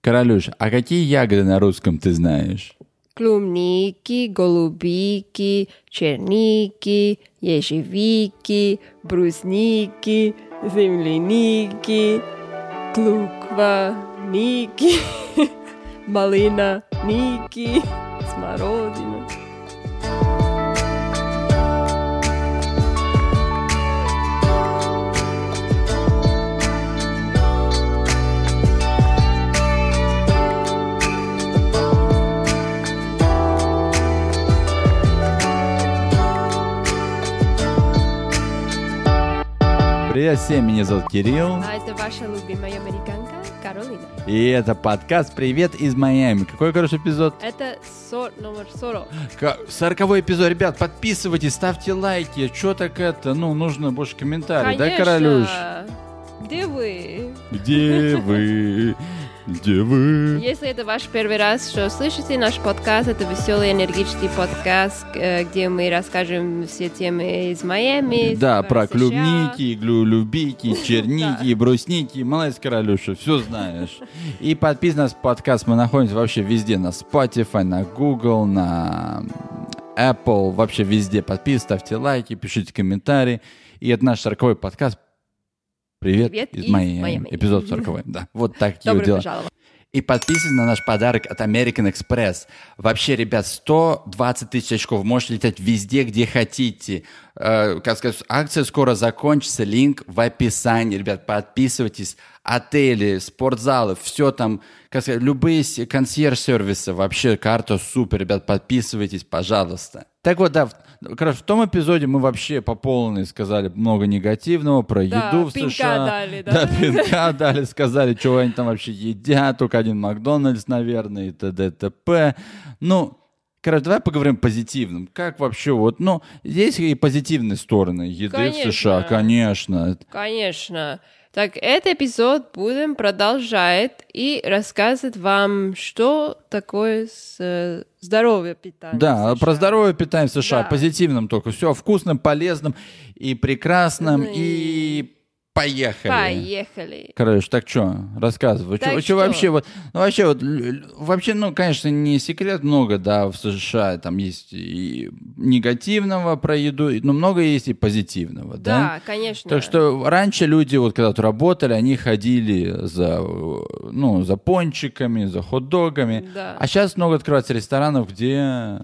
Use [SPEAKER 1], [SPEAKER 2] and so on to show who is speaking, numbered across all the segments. [SPEAKER 1] Королюш, а какие ягоды на русском ты знаешь?
[SPEAKER 2] клубники, голубики, черники, ежевики, брусники, земляники, клюква, ники, малина, ники, смородина.
[SPEAKER 1] Привет всем, меня зовут Кирилл.
[SPEAKER 2] А это ваша любимая американка Каролина.
[SPEAKER 1] И это подкаст «Привет из Майами». Какой, короче, эпизод?
[SPEAKER 2] Это сор номер 40.
[SPEAKER 1] Ка- Сороковой эпизод. Ребят, подписывайтесь, ставьте лайки. Чё так это? Ну, нужно больше комментариев. А, Да, Королюш?
[SPEAKER 2] Где вы?
[SPEAKER 1] Где вы? Где вы?
[SPEAKER 2] Если это ваш первый раз, что слышите наш подкаст, это веселый, энергичный подкаст, э, где мы расскажем все темы из Майами.
[SPEAKER 1] Да,
[SPEAKER 2] из
[SPEAKER 1] про
[SPEAKER 2] США.
[SPEAKER 1] клубники, глюлюбики, черники, брусники. Молодец, Королюша, все знаешь. И подписывай нас на подкаст. Мы находимся вообще везде. На Spotify, на Google, на Apple. Вообще везде. Подписывайтесь, ставьте лайки, пишите комментарии. И это наш 40 подкаст. Привет,
[SPEAKER 2] Привет
[SPEAKER 1] из
[SPEAKER 2] из
[SPEAKER 1] Майами.
[SPEAKER 2] Майами.
[SPEAKER 1] Эпизод 40 да. Вот такие вот
[SPEAKER 2] Добро
[SPEAKER 1] дела.
[SPEAKER 2] пожаловать.
[SPEAKER 1] И подписывайтесь на наш подарок от American Express. Вообще, ребят, 120 тысяч очков. Можете летать везде, где хотите. Э, как сказать, акция скоро закончится. Линк в описании. Ребят, подписывайтесь. Отели, спортзалы, все там. Как сказать, любые с- консьерж-сервисы. Вообще, карта супер. Ребят, подписывайтесь, пожалуйста. Так вот, да, в- короче, в том эпизоде мы вообще по полной сказали много негативного про
[SPEAKER 2] Да,
[SPEAKER 1] еду в
[SPEAKER 2] пинка
[SPEAKER 1] США.
[SPEAKER 2] дали, да.
[SPEAKER 1] да, пинка дали, сказали, чего они там вообще едят, только один Макдональдс, наверное, и т.д. и т.п. Ну, короче, давай поговорим позитивным. Как вообще вот, ну, есть и позитивные стороны еды
[SPEAKER 2] Конечно.
[SPEAKER 1] в США, конечно.
[SPEAKER 2] Конечно. Так, этот эпизод будем продолжать и рассказывать вам, что такое с- э, здоровье питания.
[SPEAKER 1] Да,
[SPEAKER 2] в США.
[SPEAKER 1] про здоровое питание в США,
[SPEAKER 2] Да.
[SPEAKER 1] позитивным только. Все вкусным, полезным и прекрасным,
[SPEAKER 2] Ну
[SPEAKER 1] и
[SPEAKER 2] и-
[SPEAKER 1] поехали.
[SPEAKER 2] Поехали.
[SPEAKER 1] Короче, так что, рассказывай.
[SPEAKER 2] Так
[SPEAKER 1] Чё- чё
[SPEAKER 2] что?
[SPEAKER 1] вообще вот, ну, вообще вот, лю- лю- вообще, ну, конечно, не секрет много, да, в США там есть и негативного про еду, и- но много есть и позитивного, да.
[SPEAKER 2] Да, конечно.
[SPEAKER 1] Так что раньше люди вот когда тут работали, они ходили за, э, ну, за пончиками, за хот-догами.
[SPEAKER 2] Да.
[SPEAKER 1] А сейчас много открывается ресторанов, где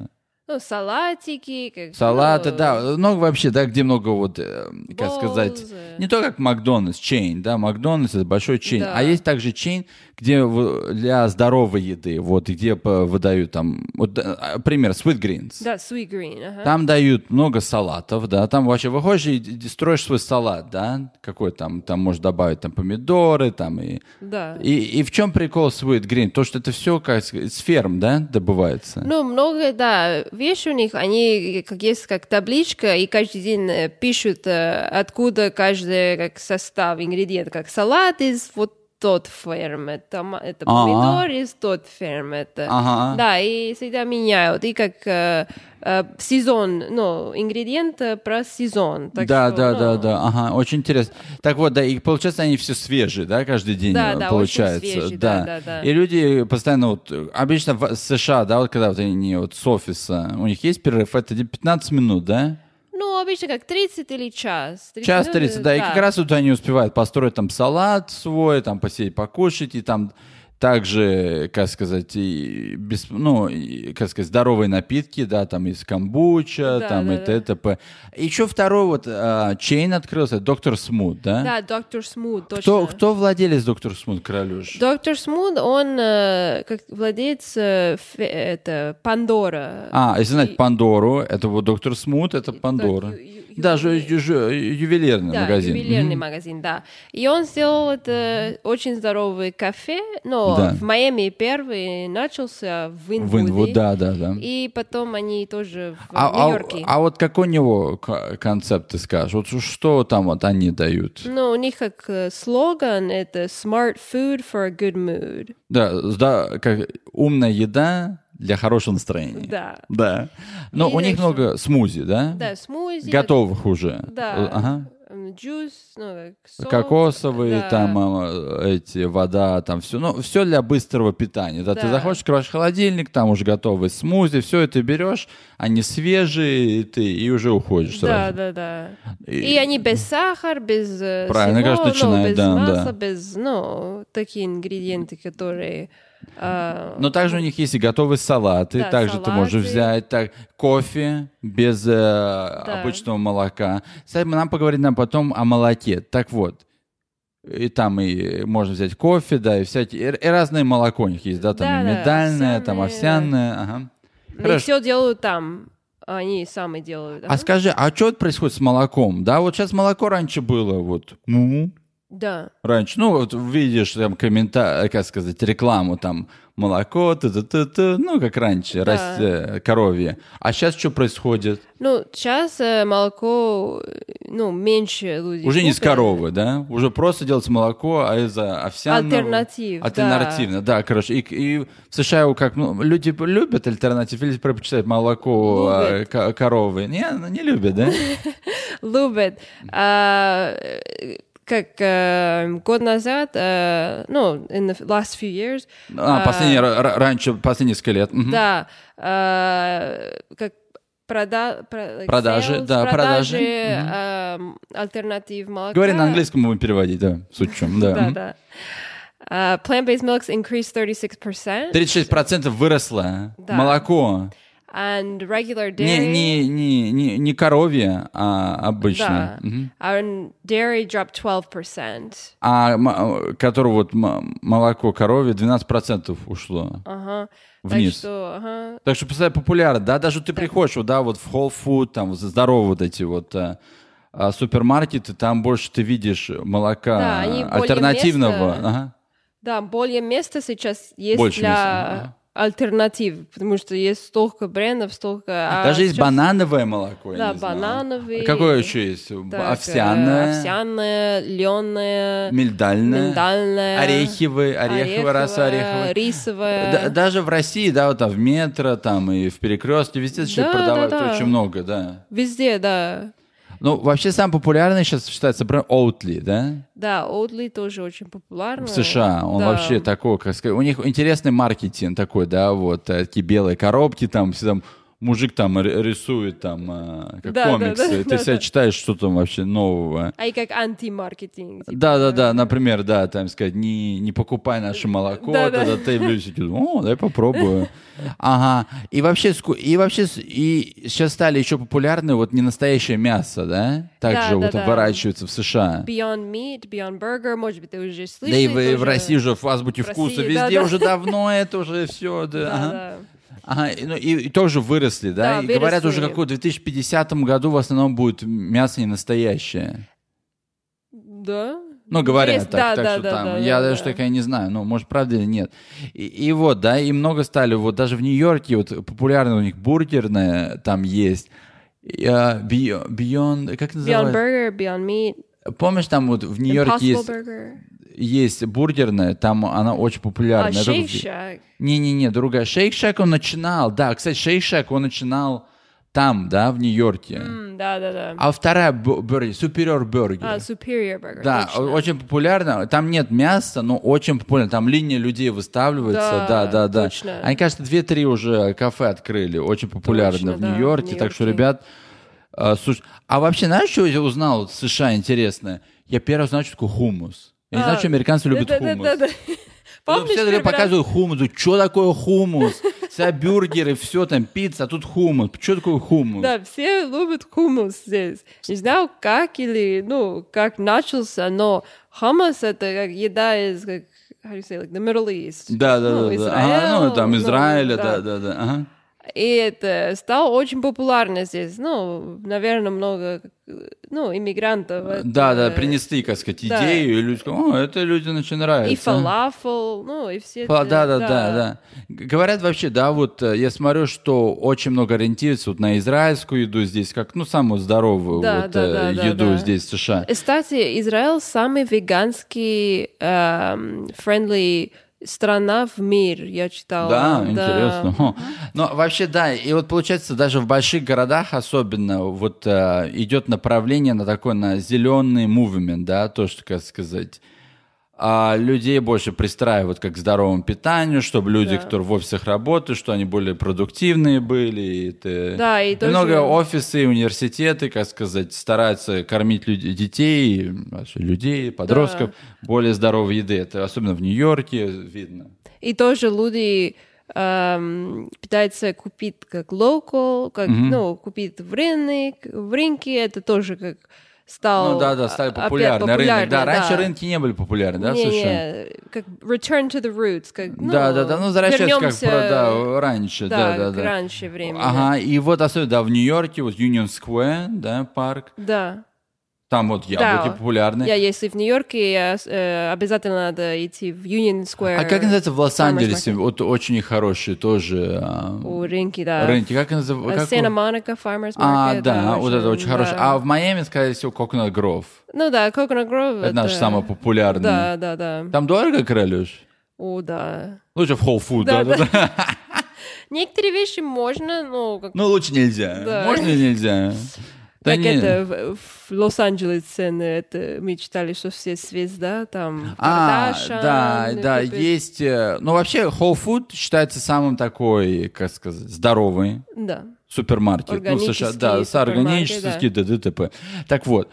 [SPEAKER 2] Ну, салатики, как
[SPEAKER 1] салаты,
[SPEAKER 2] ну,
[SPEAKER 1] да, много вообще, да, где много вот, э, как сказать,
[SPEAKER 2] болзы.
[SPEAKER 1] не то как Макдональдс, чейн, да, Макдональдс это большой чейн,
[SPEAKER 2] Да.
[SPEAKER 1] а есть также чейн, где в- для здоровой еды, вот, и где по- выдают там, вот, да, а, пример, Sweet Greens.
[SPEAKER 2] Да, sweet green, ага.
[SPEAKER 1] Там дают много салатов, да, там вообще выходишь и д- д- строишь свой салат, да, какой там, там можешь добавить там помидоры, там и...
[SPEAKER 2] Да.
[SPEAKER 1] И, и в чем прикол Sweet Green? То, что это все как с с ферм, да, добывается?
[SPEAKER 2] Ну, много, да, вещи у них, они как есть как табличка, и каждый день э, пишут, э, откуда каждый как состав, ингредиент, как салат из вот тот фермы, там это
[SPEAKER 1] Ага.
[SPEAKER 2] помидор из тот фермы, это...
[SPEAKER 1] Ага.
[SPEAKER 2] Да, и всегда меняют, и как э, э, сезон, ну, ингредиент э, про сезон. так
[SPEAKER 1] да,
[SPEAKER 2] что,
[SPEAKER 1] да, да,
[SPEAKER 2] ну,
[SPEAKER 1] да, ага, очень интересно. Так вот, да, и получается, они все свежие, да, каждый день э,
[SPEAKER 2] Да, да, очень
[SPEAKER 1] получается.
[SPEAKER 2] свежие, да, да, да.
[SPEAKER 1] И люди постоянно вот, э, обычно в США, да, вот когда вот они вот с офиса, у них есть перерыв, это где 15 минут, да?
[SPEAKER 2] Ну, обычно как 30 или час. 30,
[SPEAKER 1] Час
[SPEAKER 2] ну,
[SPEAKER 1] 30, да, и как раз вот они успевают построить там салат свой, там посеять, покушать, и там также, как сказать, и без, ну, и, как сказать, здоровые напитки, да, там из камбуча,
[SPEAKER 2] Да,
[SPEAKER 1] там
[SPEAKER 2] да,
[SPEAKER 1] и
[SPEAKER 2] да.
[SPEAKER 1] т.п. Еще второй вот а, чейн открылся, доктор Смут,
[SPEAKER 2] Да, доктор Смут, точно.
[SPEAKER 1] Кто, кто владелец доктор Смут Королюш?
[SPEAKER 2] Доктор Смут, он э, как владелец э, фе- это, Пандора.
[SPEAKER 1] А, если знать
[SPEAKER 2] И-
[SPEAKER 1] Пандору, это вот доктор Смут, это
[SPEAKER 2] Так,
[SPEAKER 1] Пандора.
[SPEAKER 2] Э, ю- ю-
[SPEAKER 1] Даже
[SPEAKER 2] ювелир-
[SPEAKER 1] юже- ювелирный
[SPEAKER 2] да,
[SPEAKER 1] магазин.
[SPEAKER 2] ювелирный
[SPEAKER 1] Мгм.
[SPEAKER 2] магазин, да. И он сделал это э, очень здоровый кафе, но
[SPEAKER 1] Да.
[SPEAKER 2] в Майами первый начался в
[SPEAKER 1] В
[SPEAKER 2] Инвуде.
[SPEAKER 1] Инвуд, да, да, да.
[SPEAKER 2] И потом они тоже в
[SPEAKER 1] А, а-
[SPEAKER 2] Нью-Йорке.
[SPEAKER 1] а вот какой у него к- концепт, ты скажешь? Вот что там вот они дают?
[SPEAKER 2] Ну, у них как э, слоган это «Smart food for a good mood».
[SPEAKER 1] Да, да, как умная еда для хорошего настроения.
[SPEAKER 2] Да.
[SPEAKER 1] Да. Но
[SPEAKER 2] И
[SPEAKER 1] у них
[SPEAKER 2] дальше-
[SPEAKER 1] много смузи, да?
[SPEAKER 2] Да, смузи.
[SPEAKER 1] Готовых уже.
[SPEAKER 2] Да.
[SPEAKER 1] Э, Ага.
[SPEAKER 2] м, juice, ну, как сок,
[SPEAKER 1] Кокосовые,
[SPEAKER 2] да.
[SPEAKER 1] там э, эти, вода, там все. Ну, все для быстрого питания. Да, ты
[SPEAKER 2] Да.
[SPEAKER 1] заходишь, открываешь холодильник, там уже готовый смузи, все это берешь, они свежие, и ты и уже уходишь
[SPEAKER 2] Да,
[SPEAKER 1] сразу.
[SPEAKER 2] да, да.
[SPEAKER 1] И-
[SPEAKER 2] И они без сахара, без э,
[SPEAKER 1] Правильно,
[SPEAKER 2] всего,
[SPEAKER 1] как
[SPEAKER 2] ну,
[SPEAKER 1] начинают,
[SPEAKER 2] без
[SPEAKER 1] да, да.
[SPEAKER 2] масла, без, ну, такие ингредиенты, которые... а,
[SPEAKER 1] Но также у них есть и готовые салаты,
[SPEAKER 2] Да,
[SPEAKER 1] также ты можешь
[SPEAKER 2] салаты.
[SPEAKER 1] взять так, кофе без э, обычного молока. Кстати, нам поговорить нам потом о молоке. Так вот, и там и можно взять кофе, да, и всякие, и, и разное молоко у них есть, да, там и
[SPEAKER 2] Да-да,
[SPEAKER 1] медальное, там
[SPEAKER 2] овсяное.
[SPEAKER 1] овсяное, ага.
[SPEAKER 2] ну, И
[SPEAKER 1] Хорошо.
[SPEAKER 2] все делают там. Они сами делают.
[SPEAKER 1] А
[SPEAKER 2] ага.
[SPEAKER 1] скажи, а что происходит с молоком? Да, вот сейчас молоко раньше было, вот, Ну? му
[SPEAKER 2] Да.
[SPEAKER 1] раньше, ну, вот видишь там комментарий, как сказать, рекламу там, молоко, ты ну, как раньше,
[SPEAKER 2] Да.
[SPEAKER 1] рас- э, коровье. А сейчас что происходит?
[SPEAKER 2] Ну, сейчас э, молоко, э, ну, меньше людей
[SPEAKER 1] Уже не с
[SPEAKER 2] купят.
[SPEAKER 1] коровы, да? Уже просто делать молоко, а из-за овсяного...
[SPEAKER 2] Альтернатив, да.
[SPEAKER 1] Альтернативно, да, короче. И, и в США как ну, люди любят альтернатив или предпочитают молоко э,
[SPEAKER 2] Любят.
[SPEAKER 1] ко- коровы? Не, ну, не любят, да?
[SPEAKER 2] Любят. А, э, как э, год назад, э, ну, in the last few years,
[SPEAKER 1] А,
[SPEAKER 2] А.
[SPEAKER 1] последний, ра- ра- раньше, последние несколько лет. Мгм.
[SPEAKER 2] Да, э, как прода- про- like
[SPEAKER 1] Продажи,
[SPEAKER 2] sales,
[SPEAKER 1] да, продажи.
[SPEAKER 2] продажи,
[SPEAKER 1] Мгм.
[SPEAKER 2] эм, альтернатив молока.
[SPEAKER 1] Говори на английском, будем переводить, да, с учем, да.
[SPEAKER 2] Да,
[SPEAKER 1] Мгм.
[SPEAKER 2] да. Э, plant-based milks increased 36%,
[SPEAKER 1] 36% выросло
[SPEAKER 2] Да.
[SPEAKER 1] молоко.
[SPEAKER 2] and regular
[SPEAKER 1] Не,
[SPEAKER 2] dairy,
[SPEAKER 1] не, не, не, не коровье, а обычное.
[SPEAKER 2] да,
[SPEAKER 1] Мгм.
[SPEAKER 2] and dairy dropped 12%.
[SPEAKER 1] А м- которого вот м- молоко коровье 12% ушло.
[SPEAKER 2] Ага.
[SPEAKER 1] Вниз.
[SPEAKER 2] Так что, ага.
[SPEAKER 1] Так что, представляю, популярно, да, даже ты приходишь, вот, да, вот в Whole Food, там, вот здоровые вот эти вот а, а, супермаркеты, там больше ты видишь молока
[SPEAKER 2] Да, они более
[SPEAKER 1] альтернативного.
[SPEAKER 2] местные.
[SPEAKER 1] Ага.
[SPEAKER 2] Да, более места сейчас есть
[SPEAKER 1] Больше
[SPEAKER 2] для
[SPEAKER 1] места, ага.
[SPEAKER 2] альтернатив, потому что есть столько брендов, столько... а
[SPEAKER 1] Даже есть
[SPEAKER 2] сейчас-
[SPEAKER 1] банановое молоко, я
[SPEAKER 2] Да,
[SPEAKER 1] не знал.
[SPEAKER 2] банановый.
[SPEAKER 1] А Какое еще есть? Б-
[SPEAKER 2] Так, э,
[SPEAKER 1] овсяное,
[SPEAKER 2] овсяное, лёное,
[SPEAKER 1] миндальное,
[SPEAKER 2] миндальное,
[SPEAKER 1] орехивое, ореховое, раса ореховое.
[SPEAKER 2] рисовое.
[SPEAKER 1] Да- даже в России, да, вот там в метро, там и в перекрестке, везде сейчас
[SPEAKER 2] Да, да,
[SPEAKER 1] продавают
[SPEAKER 2] да.
[SPEAKER 1] очень много, да.
[SPEAKER 2] Везде, да.
[SPEAKER 1] Ну, вообще самый популярный сейчас считается бренд Oatly, да?
[SPEAKER 2] Да, Oatly тоже очень популярно.
[SPEAKER 1] В США. Он вообще такой, как сказать, у них интересный маркетинг такой, да, вот э, такие белые коробки, там всегда м- мужик там р- рисует там э, как
[SPEAKER 2] Да, да,
[SPEAKER 1] комиксы,
[SPEAKER 2] да,
[SPEAKER 1] ты
[SPEAKER 2] да,
[SPEAKER 1] всегда
[SPEAKER 2] да.
[SPEAKER 1] читаешь, что там вообще нового.
[SPEAKER 2] А и как антимаркетинг. типа.
[SPEAKER 1] Да, да, да, например, да, там сказать, не, не покупай наше молоко,
[SPEAKER 2] Да, да.
[SPEAKER 1] тогда ты люди такие, о, дай попробую. Ага. И вообще, ску- и вообще, с- и сейчас стали еще популярны вот ненастоящее мясо, да? Также
[SPEAKER 2] Да,
[SPEAKER 1] вот
[SPEAKER 2] да, да.
[SPEAKER 1] выращивается в США.
[SPEAKER 2] Beyond Meat, Beyond Burger, может быть, ты уже слышал.
[SPEAKER 1] Да и в, в России уже в азбуке
[SPEAKER 2] В
[SPEAKER 1] вкуса
[SPEAKER 2] России, да,
[SPEAKER 1] везде
[SPEAKER 2] да.
[SPEAKER 1] уже давно это уже все, да.
[SPEAKER 2] Да,
[SPEAKER 1] ага.
[SPEAKER 2] да.
[SPEAKER 1] Ага, и- ну, и, и тоже выросли, да?
[SPEAKER 2] Да,
[SPEAKER 1] и говорят уже,
[SPEAKER 2] выросли.
[SPEAKER 1] как в 2050 году в основном будет мясо ненастоящее.
[SPEAKER 2] Да?
[SPEAKER 1] Ну, говорят
[SPEAKER 2] Есть,
[SPEAKER 1] так,
[SPEAKER 2] да,
[SPEAKER 1] так
[SPEAKER 2] да,
[SPEAKER 1] что
[SPEAKER 2] да,
[SPEAKER 1] там.
[SPEAKER 2] да,
[SPEAKER 1] я
[SPEAKER 2] да,
[SPEAKER 1] даже
[SPEAKER 2] да.
[SPEAKER 1] такая не знаю, ну, может, правда или нет. И, и вот, да, и много стали, вот даже в Нью-Йорке, вот популярно у них бургерная там есть. И, а, Бе- Beyond, как
[SPEAKER 2] Beyond
[SPEAKER 1] называется?
[SPEAKER 2] Burger, Beyond Meat,
[SPEAKER 1] Помнишь, там вот в Нью-Йорке
[SPEAKER 2] Impossible
[SPEAKER 1] есть,
[SPEAKER 2] Burger.
[SPEAKER 1] есть бургерная, там она очень популярна.
[SPEAKER 2] А,
[SPEAKER 1] Я только
[SPEAKER 2] Shake
[SPEAKER 1] в-
[SPEAKER 2] Shack.
[SPEAKER 1] не-не-не, другая. Шейк Шак он начинал, да, кстати, Шейк Шак он начинал там, да, в Нью-Йорке.
[SPEAKER 2] М, Да, да, да.
[SPEAKER 1] А вторая бу- бургер, Superior Burger.
[SPEAKER 2] А, Superior Burger.
[SPEAKER 1] да,
[SPEAKER 2] точно.
[SPEAKER 1] очень популярно. Там нет мяса, но очень популярно. Там линия людей выставливается, да,
[SPEAKER 2] Да,
[SPEAKER 1] да, да.
[SPEAKER 2] точно.
[SPEAKER 1] Они, кажется, две-три уже кафе открыли, очень популярно
[SPEAKER 2] Точно,
[SPEAKER 1] в
[SPEAKER 2] да, в
[SPEAKER 1] Нью-Йорке. так что,
[SPEAKER 2] Нью-Йорке.
[SPEAKER 1] ребят, а, слушай, а вообще, знаешь, что я узнал вот, в США интересное? Я первый раз узнал, что такое хумус. Я не знаю,
[SPEAKER 2] А,
[SPEAKER 1] что американцы любят
[SPEAKER 2] Да, да,
[SPEAKER 1] хумус.
[SPEAKER 2] да, да.
[SPEAKER 1] Ну,
[SPEAKER 2] Помнишь,
[SPEAKER 1] все
[SPEAKER 2] первый
[SPEAKER 1] время
[SPEAKER 2] раз?
[SPEAKER 1] показывают хумус, что такое хумус? Вся бюргеры, все там, пицца, а тут хумус. Что такое хумус?
[SPEAKER 2] Да, все любят хумус здесь. Не знаю, как или, ну, как начался, но хумус — это как еда из, как, how do you say, like the Middle East.
[SPEAKER 1] Да, да,
[SPEAKER 2] Ну,
[SPEAKER 1] да, да.
[SPEAKER 2] Израиль,
[SPEAKER 1] Ага, ну, там
[SPEAKER 2] ну,
[SPEAKER 1] Израиля, да,
[SPEAKER 2] да.
[SPEAKER 1] да, да. ага.
[SPEAKER 2] И это стало очень популярно здесь. Ну, наверное, много, э, ну, иммигрантов.
[SPEAKER 1] Да, да,
[SPEAKER 2] это-
[SPEAKER 1] принесли, как сказать,
[SPEAKER 2] Э, да.
[SPEAKER 1] идею, и люди сказали, о, это людям очень нравится.
[SPEAKER 2] И фалафел, ну, и все.
[SPEAKER 1] Фа-
[SPEAKER 2] это-
[SPEAKER 1] Да, да, да, да. Г- Говорят вообще, да, вот э, я смотрю, что очень много ориентируется вот на израильскую еду здесь, как, ну, самую здоровую
[SPEAKER 2] Да,
[SPEAKER 1] вот,
[SPEAKER 2] да,
[SPEAKER 1] э,
[SPEAKER 2] да, да,
[SPEAKER 1] еду
[SPEAKER 2] да.
[SPEAKER 1] здесь, в США.
[SPEAKER 2] Кстати, Израиль самый веганский, эм, friendly страна в мир, я читала.
[SPEAKER 1] Да, интересно. Хм. Но вообще, да, и вот получается, даже в больших городах особенно вот э, идет направление на такой, на зеленый мувмент, да, то, что, как сказать, а людей больше пристраивают как к здоровому питанию, чтобы люди,
[SPEAKER 2] Да.
[SPEAKER 1] которые в офисах работают, что они более продуктивные были. И ты-
[SPEAKER 2] Да, и тоже-
[SPEAKER 1] Много офисы, университеты, как сказать, стараются кормить люд- детей, вообще людей, подростков более здоровой еды. Это особенно в Нью-Йорке видно.
[SPEAKER 2] И тоже люди эм, пытаются купить как local, как, ну, купить в, рынок, в рынке, это тоже как стал...
[SPEAKER 1] Ну да, да, стали
[SPEAKER 2] а- опять
[SPEAKER 1] популярны. Рынок, да,
[SPEAKER 2] популярно,
[SPEAKER 1] раньше рынки не были популярны, да,
[SPEAKER 2] Не, не,
[SPEAKER 1] совершенно.
[SPEAKER 2] как return to the roots, как, ну,
[SPEAKER 1] да, да, да, ну возвращается как
[SPEAKER 2] вернёмся,
[SPEAKER 1] про- да, раньше, да,
[SPEAKER 2] да,
[SPEAKER 1] да,
[SPEAKER 2] к
[SPEAKER 1] да.
[SPEAKER 2] раньше времени.
[SPEAKER 1] Ага, и вот особенно, да, в Нью-Йорке, вот Union Square, да, парк,
[SPEAKER 2] Да.
[SPEAKER 1] там вот яблоки
[SPEAKER 2] Да.
[SPEAKER 1] популярны.
[SPEAKER 2] Я, если в Нью-Йорке, я, с- э, обязательно надо идти в Union Square.
[SPEAKER 1] А как называется в Лос-Анджелесе?
[SPEAKER 2] Market.
[SPEAKER 1] Вот очень хорошие тоже а,
[SPEAKER 2] У рынки, да.
[SPEAKER 1] рынки. Как называется?
[SPEAKER 2] Э, Santa Monica Farmers Market.
[SPEAKER 1] А, да, вот это очень
[SPEAKER 2] да.
[SPEAKER 1] хорошее. А в Майами, скорее всего, Coconut Grove.
[SPEAKER 2] Ну да, Coconut Grove.
[SPEAKER 1] Это наш самый популярный.
[SPEAKER 2] Да, да, да.
[SPEAKER 1] Там дорого, Королюш?
[SPEAKER 2] О, да.
[SPEAKER 1] Лучше в Whole Food,
[SPEAKER 2] Да,
[SPEAKER 1] да-да-да.
[SPEAKER 2] Некоторые вещи можно, ну, как,
[SPEAKER 1] Ну, лучше нельзя.
[SPEAKER 2] Да.
[SPEAKER 1] Можно и нельзя. Да
[SPEAKER 2] как
[SPEAKER 1] не.
[SPEAKER 2] это в, в Лос-Анджелесе цены, это мы читали, что все звезда там.
[SPEAKER 1] А,
[SPEAKER 2] Кардашьян,
[SPEAKER 1] да, да,
[SPEAKER 2] Купер.
[SPEAKER 1] есть... э, Ну, вообще, Whole Food считается самым такой, как сказать, здоровый
[SPEAKER 2] Да.
[SPEAKER 1] супермаркет. Ну, в США, да,
[SPEAKER 2] Органический
[SPEAKER 1] с органический, да. ДТП. Так вот,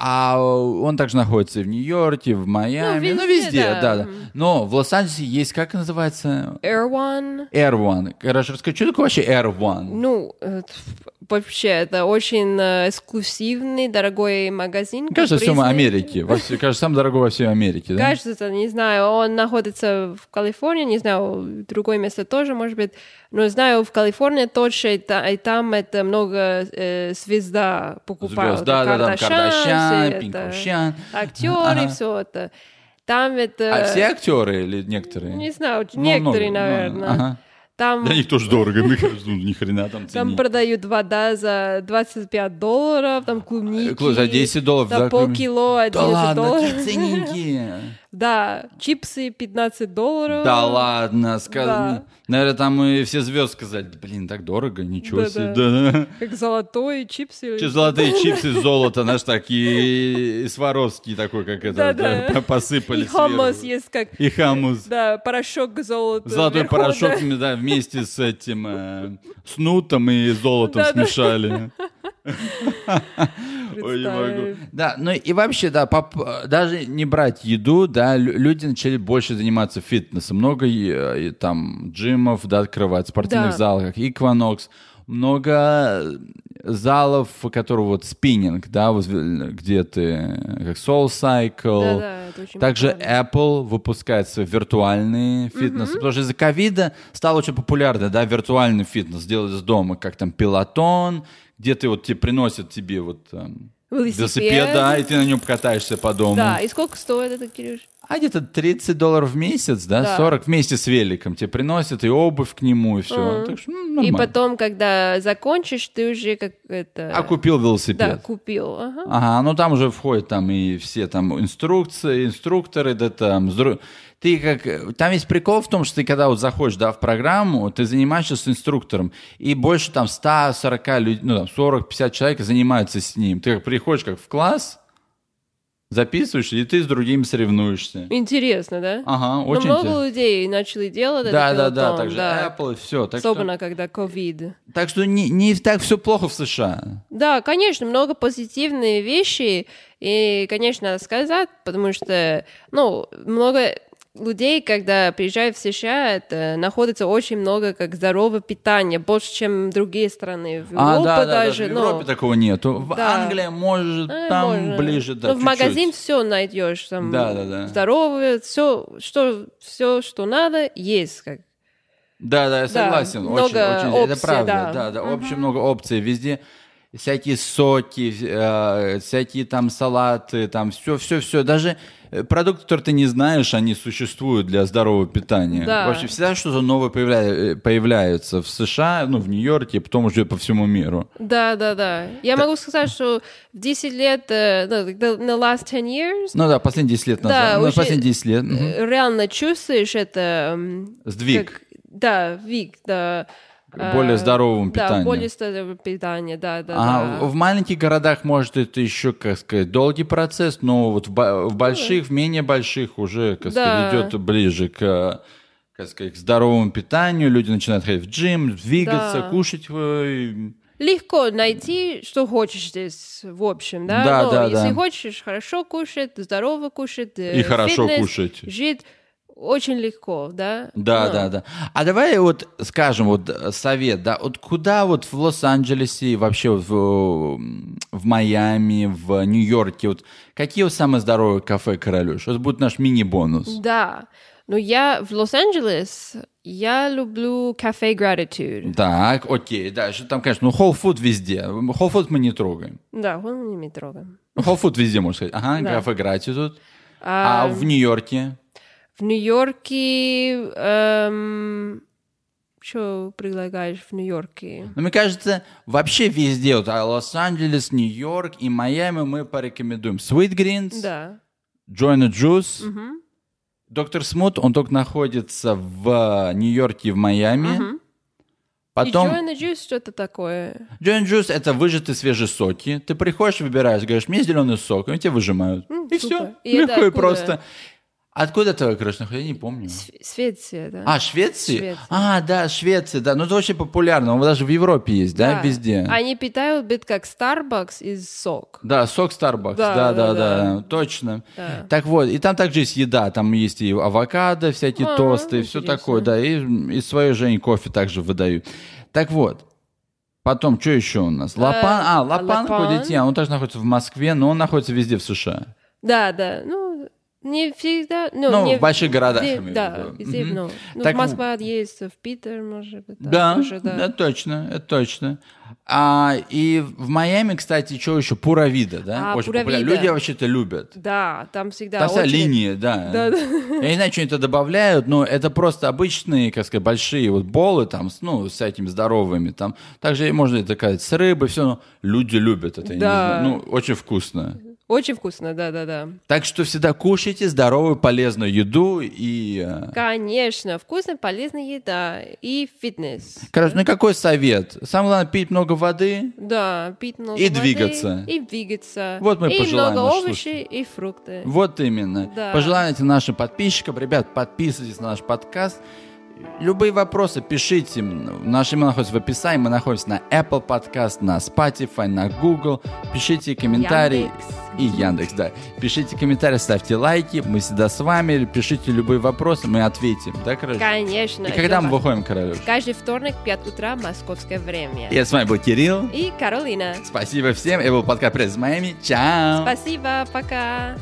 [SPEAKER 1] а он также находится и в Нью-Йорке, в Майами, ну,
[SPEAKER 2] везде,
[SPEAKER 1] везде, да.
[SPEAKER 2] да.
[SPEAKER 1] да,
[SPEAKER 2] Мгм.
[SPEAKER 1] Но в Лос-Анджелесе есть, как называется,
[SPEAKER 2] Erwan.
[SPEAKER 1] Air One. Короче, расскажи, что такое вообще Air One?
[SPEAKER 2] Ну, э, ф- вообще, это очень э, эксклюзивный, дорогой магазин.
[SPEAKER 1] Мне кажется, во всем
[SPEAKER 2] капризный.
[SPEAKER 1] Америке. Во всей- кажется, самый дорогой во всей Америке, да?
[SPEAKER 2] Кажется, не знаю, он находится в Калифорнии, не знаю, другое место тоже, может быть, но знаю, в Калифорнии точно, и, та- и там это много э, звезда покупают.
[SPEAKER 1] Звезд, да, да, да,
[SPEAKER 2] Кардашьян,
[SPEAKER 1] Кардашьян,
[SPEAKER 2] все это,
[SPEAKER 1] Пинкушян.
[SPEAKER 2] Актеры,
[SPEAKER 1] Ага.
[SPEAKER 2] все это. Там это...
[SPEAKER 1] А все актеры или некоторые?
[SPEAKER 2] Э, Не знаю,
[SPEAKER 1] Ну,
[SPEAKER 2] некоторые,
[SPEAKER 1] ну, ну,
[SPEAKER 2] наверное.
[SPEAKER 1] ага.
[SPEAKER 2] Там...
[SPEAKER 1] Для них тоже дорого, мне кажется, ну, ни хрена там
[SPEAKER 2] Там
[SPEAKER 1] цены.
[SPEAKER 2] продают вода за 25 долларов, там клубники.
[SPEAKER 1] Э, Клуб за 10 долларов,
[SPEAKER 2] Да,
[SPEAKER 1] да, клубники.
[SPEAKER 2] полкило, 11
[SPEAKER 1] Да ладно,
[SPEAKER 2] долларов.
[SPEAKER 1] какие ценники.
[SPEAKER 2] Да, чипсы 15 долларов.
[SPEAKER 1] Да ладно,
[SPEAKER 2] Да.
[SPEAKER 1] сказано. Наверное, там и все звезды сказали, блин, так дорого, ничего
[SPEAKER 2] Да-да.
[SPEAKER 1] себе. Да.
[SPEAKER 2] Как золотой, чипсы. или
[SPEAKER 1] Че золотые чипсы из золота, наш такие и Сваровский такой, как это,
[SPEAKER 2] Да-да.
[SPEAKER 1] да, посыпали
[SPEAKER 2] И хамос
[SPEAKER 1] сверху.
[SPEAKER 2] есть как,
[SPEAKER 1] И хамус.
[SPEAKER 2] да, порошок к золоту.
[SPEAKER 1] Золотой
[SPEAKER 2] вверху,
[SPEAKER 1] порошок
[SPEAKER 2] да.
[SPEAKER 1] м, да, вместе с этим э, снутом и золотом
[SPEAKER 2] Да-да.
[SPEAKER 1] смешали. Ой, не могу.
[SPEAKER 2] Представь.
[SPEAKER 1] Да, ну и вообще, да, поп- даже не брать еду, да, лю- люди начали больше заниматься фитнесом. Много э, и там джимов, да, открывают, спортивных
[SPEAKER 2] Да.
[SPEAKER 1] залов, как Equinox, много залов, которые вот спиннинг, да, воз- где ты, как Soul Cycle,
[SPEAKER 2] Да-да, это очень
[SPEAKER 1] также
[SPEAKER 2] популярно.
[SPEAKER 1] Apple выпускает свои виртуальные фитнесы, потому что из-за ковида стал очень популярно, да, виртуальный фитнес делать из дома, как там пилотон, где ты вот тебе приносят тебе вот эм,
[SPEAKER 2] Велосипед.
[SPEAKER 1] да, и ты на нем катаешься по дому.
[SPEAKER 2] Да, и сколько стоит это, Кирюш?
[SPEAKER 1] А где-то 30 долларов в месяц, да,
[SPEAKER 2] Да.
[SPEAKER 1] 40 вместе с великом тебе приносят и обувь к нему и все. Так что, ну,
[SPEAKER 2] И
[SPEAKER 1] нормально.
[SPEAKER 2] потом, когда закончишь, ты уже как это...
[SPEAKER 1] А купил велосипед?
[SPEAKER 2] Да, купил. Ага.
[SPEAKER 1] Ага, ну там уже входят там и все там инструкции, инструкторы, да там. здру- Ты как... э, Там есть прикол в том, что ты когда вот заходишь, да, в программу, ты занимаешься с инструктором, и больше там 140 людей, ну там 40-50 человек занимаются с ним. Ты как приходишь как в класс, записываешься, и ты с другими соревнуешься.
[SPEAKER 2] Интересно, да?
[SPEAKER 1] Ага,
[SPEAKER 2] Но
[SPEAKER 1] А, очень интересно.
[SPEAKER 2] Ну, много людей начали делать это
[SPEAKER 1] Да, да, да,
[SPEAKER 2] пилотом,
[SPEAKER 1] также
[SPEAKER 2] да.
[SPEAKER 1] Apple и все. Так
[SPEAKER 2] Особенно, когда ковид.
[SPEAKER 1] что, так что не, не так все плохо в США.
[SPEAKER 2] Да, конечно, много позитивные вещи, и, конечно, надо сказать, потому что, ну, много людей, когда приезжают в США, это находится очень много как здорового питания, больше, чем другие страны. В Европе
[SPEAKER 1] А, да, да, да,
[SPEAKER 2] даже,
[SPEAKER 1] в
[SPEAKER 2] ну,
[SPEAKER 1] Европе такого нету. В
[SPEAKER 2] Да.
[SPEAKER 1] Англии, может,
[SPEAKER 2] э,
[SPEAKER 1] там
[SPEAKER 2] можно.
[SPEAKER 1] ближе, да,
[SPEAKER 2] Ну, в
[SPEAKER 1] чуть-чуть.
[SPEAKER 2] магазин все найдешь, там
[SPEAKER 1] Да, да, да.
[SPEAKER 2] здоровое, все, что, все, что надо, есть. Как.
[SPEAKER 1] Да, да, я согласен. очень,
[SPEAKER 2] много
[SPEAKER 1] очень, это
[SPEAKER 2] опций,
[SPEAKER 1] правда.
[SPEAKER 2] да.
[SPEAKER 1] Да, да, очень много опций везде. всякие соки, э, всякие там салаты, там все, все, все. Даже э, продукты, которые ты не знаешь, они существуют для здорового питания.
[SPEAKER 2] Да.
[SPEAKER 1] Вообще всегда что-то новое появля- э, появляется в США, ну, в Нью-Йорке, потом уже по всему миру.
[SPEAKER 2] Да, да, да. Я могу сказать, что в 10 лет, э, ну, like the, the last 10 years,
[SPEAKER 1] Ну да, последние 10 лет
[SPEAKER 2] Да,
[SPEAKER 1] назад. ну,
[SPEAKER 2] уже-
[SPEAKER 1] последние 10 лет. мгм.
[SPEAKER 2] э, реально чувствуешь это... м,
[SPEAKER 1] Сдвиг.
[SPEAKER 2] как- да, вик, да. Э,
[SPEAKER 1] К более здоровому
[SPEAKER 2] Да,
[SPEAKER 1] питанию.
[SPEAKER 2] более здоровому питанию, да, да,
[SPEAKER 1] А
[SPEAKER 2] да.
[SPEAKER 1] в маленьких городах, может, это еще, как сказать, долгий процесс, но вот в, ба- в больших, в менее больших уже, как
[SPEAKER 2] Ну, Да.
[SPEAKER 1] сказать, идет ближе к, э, как сказать, к здоровому питанию. Люди начинают ходить в джим, двигаться,
[SPEAKER 2] Да.
[SPEAKER 1] кушать. э, и-
[SPEAKER 2] Легко найти, что хочешь здесь, в общем, да?
[SPEAKER 1] Да,
[SPEAKER 2] Ну,
[SPEAKER 1] да,
[SPEAKER 2] если
[SPEAKER 1] да.
[SPEAKER 2] хочешь хорошо кушать, здорово кушать, э,
[SPEAKER 1] И хорошо
[SPEAKER 2] фитнес,
[SPEAKER 1] кушать.
[SPEAKER 2] Жить очень легко, да?
[SPEAKER 1] Да,
[SPEAKER 2] Ну,
[SPEAKER 1] да, да. А давай вот скажем вот э, совет, да, вот куда вот в Лос-Анджелесе и вообще вот в, м, в Майами, в Нью-Йорке, вот какие вот самые здоровые кафе Королюш? Вот будет наш мини-бонус.
[SPEAKER 2] Да. Но я в Лос-Анджелес, я люблю кафе Gratitude.
[SPEAKER 1] Так, окей, дальше там, конечно, ну Whole Food везде, Whole Food мы не трогаем.
[SPEAKER 2] Да, он не метрогаем.
[SPEAKER 1] Ну, Whole Food везде, можно сказать. Ага,
[SPEAKER 2] Да.
[SPEAKER 1] кафе Gratitude. тут. А, в Нью-Йорке?
[SPEAKER 2] В Нью-Йорке... эм, что предлагаешь в Нью-Йорке?
[SPEAKER 1] Ну, мне кажется, вообще везде, вот а, Лос-Анджелес, Нью-Йорк и Майами мы порекомендуем. Sweet Greens,
[SPEAKER 2] Да.
[SPEAKER 1] Joiner Juice,
[SPEAKER 2] Мгм.
[SPEAKER 1] Доктор Смут, он только находится в э, Нью-Йорке и в Майами.
[SPEAKER 2] Мгм. И
[SPEAKER 1] Потом
[SPEAKER 2] Joy and the Juice что-то такое.
[SPEAKER 1] Джон Джус это выжатые свежие соки. Ты приходишь, выбираешь, говоришь, мне зеленый сок, и они тебе выжимают.
[SPEAKER 2] М,
[SPEAKER 1] и
[SPEAKER 2] супер.
[SPEAKER 1] все.
[SPEAKER 2] И это
[SPEAKER 1] Легко и
[SPEAKER 2] откуда?
[SPEAKER 1] просто. Откуда твоя крыша? Я не помню.
[SPEAKER 2] Св- Швеция, да.
[SPEAKER 1] А, Швеции?
[SPEAKER 2] Швеция.
[SPEAKER 1] А, да, Швеция, да. Ну, это очень популярно. Он даже в Европе есть, да,
[SPEAKER 2] Да. А
[SPEAKER 1] везде.
[SPEAKER 2] Они питают бит как Starbucks из сок.
[SPEAKER 1] Да, сок Starbucks,
[SPEAKER 2] Да,
[SPEAKER 1] да, да, да,
[SPEAKER 2] да, да.
[SPEAKER 1] точно.
[SPEAKER 2] Да.
[SPEAKER 1] Так вот, и там также есть еда, там есть и авокадо, всякие
[SPEAKER 2] А,
[SPEAKER 1] тосты, все
[SPEAKER 2] интересно.
[SPEAKER 1] такое, да, и, и свое же они кофе также выдают. Так вот, потом, что еще у нас? Лапан, а, Лапан,
[SPEAKER 2] Э, Лапан.
[SPEAKER 1] Кудитян, он также находится в Москве, но он находится везде в США.
[SPEAKER 2] Да, да. Ну, не всегда. Ну,
[SPEAKER 1] Ну,
[SPEAKER 2] не
[SPEAKER 1] в больших городах,
[SPEAKER 2] везде-
[SPEAKER 1] я имею в
[SPEAKER 2] да,
[SPEAKER 1] виду.
[SPEAKER 2] везде,
[SPEAKER 1] Мгм.
[SPEAKER 2] ну, ну,
[SPEAKER 1] Так
[SPEAKER 2] в
[SPEAKER 1] в-
[SPEAKER 2] Москве есть, в Питер, может быть. там
[SPEAKER 1] Да,
[SPEAKER 2] тоже, да.
[SPEAKER 1] да, точно, это точно. А, и в Майами, кстати, что еще? Пуравида, да?
[SPEAKER 2] А,
[SPEAKER 1] Очень
[SPEAKER 2] Пура
[SPEAKER 1] популярно.
[SPEAKER 2] Вида.
[SPEAKER 1] Люди вообще-то любят.
[SPEAKER 2] Да, там всегда
[SPEAKER 1] Там вся
[SPEAKER 2] очередь.
[SPEAKER 1] линия, да.
[SPEAKER 2] Да, да.
[SPEAKER 1] Я не знаю, что они это добавляют, но это просто обычные, как сказать, большие вот болы там, с, ну, с всякими здоровыми. Там. Также можно это сказать с рыбой, все, но люди любят это. я не
[SPEAKER 2] Да.
[SPEAKER 1] знаю. Ну, очень вкусно.
[SPEAKER 2] Очень вкусно, да-да-да.
[SPEAKER 1] Так что всегда кушайте здоровую, полезную еду и... э,
[SPEAKER 2] Конечно, вкусно, полезная еда и фитнес.
[SPEAKER 1] Короче, ну какой совет? Самое главное, пить много воды.
[SPEAKER 2] Да, пить много
[SPEAKER 1] И
[SPEAKER 2] воды,
[SPEAKER 1] двигаться.
[SPEAKER 2] И двигаться.
[SPEAKER 1] Вот ну мы
[SPEAKER 2] и
[SPEAKER 1] пожелаем
[SPEAKER 2] много
[SPEAKER 1] нашим
[SPEAKER 2] овощей и фрукты.
[SPEAKER 1] Э, Вот именно.
[SPEAKER 2] Да.
[SPEAKER 1] Пожелайте нашим подписчикам, ребят, подписывайтесь на наш подкаст. Любые вопросы пишите. Наши имена находятся в описании. Мы находимся на Apple Podcast, на Spotify, на Google. Пишите комментарии.
[SPEAKER 2] Яндекс.
[SPEAKER 1] И Яндекс, да. Пишите комментарии, ставьте лайки. Мы всегда с вами. Пишите любые вопросы, мы ответим. Да, короче?
[SPEAKER 2] Конечно.
[SPEAKER 1] И когда мы
[SPEAKER 2] Лёва.
[SPEAKER 1] выходим, королев?
[SPEAKER 2] Каждый вторник, 5 утра, московское время.
[SPEAKER 1] Я с вами был Кирилл.
[SPEAKER 2] И Каролина.
[SPEAKER 1] Спасибо всем. Это был подкаст «Пресс из Майами». Чао.
[SPEAKER 2] Спасибо, пока.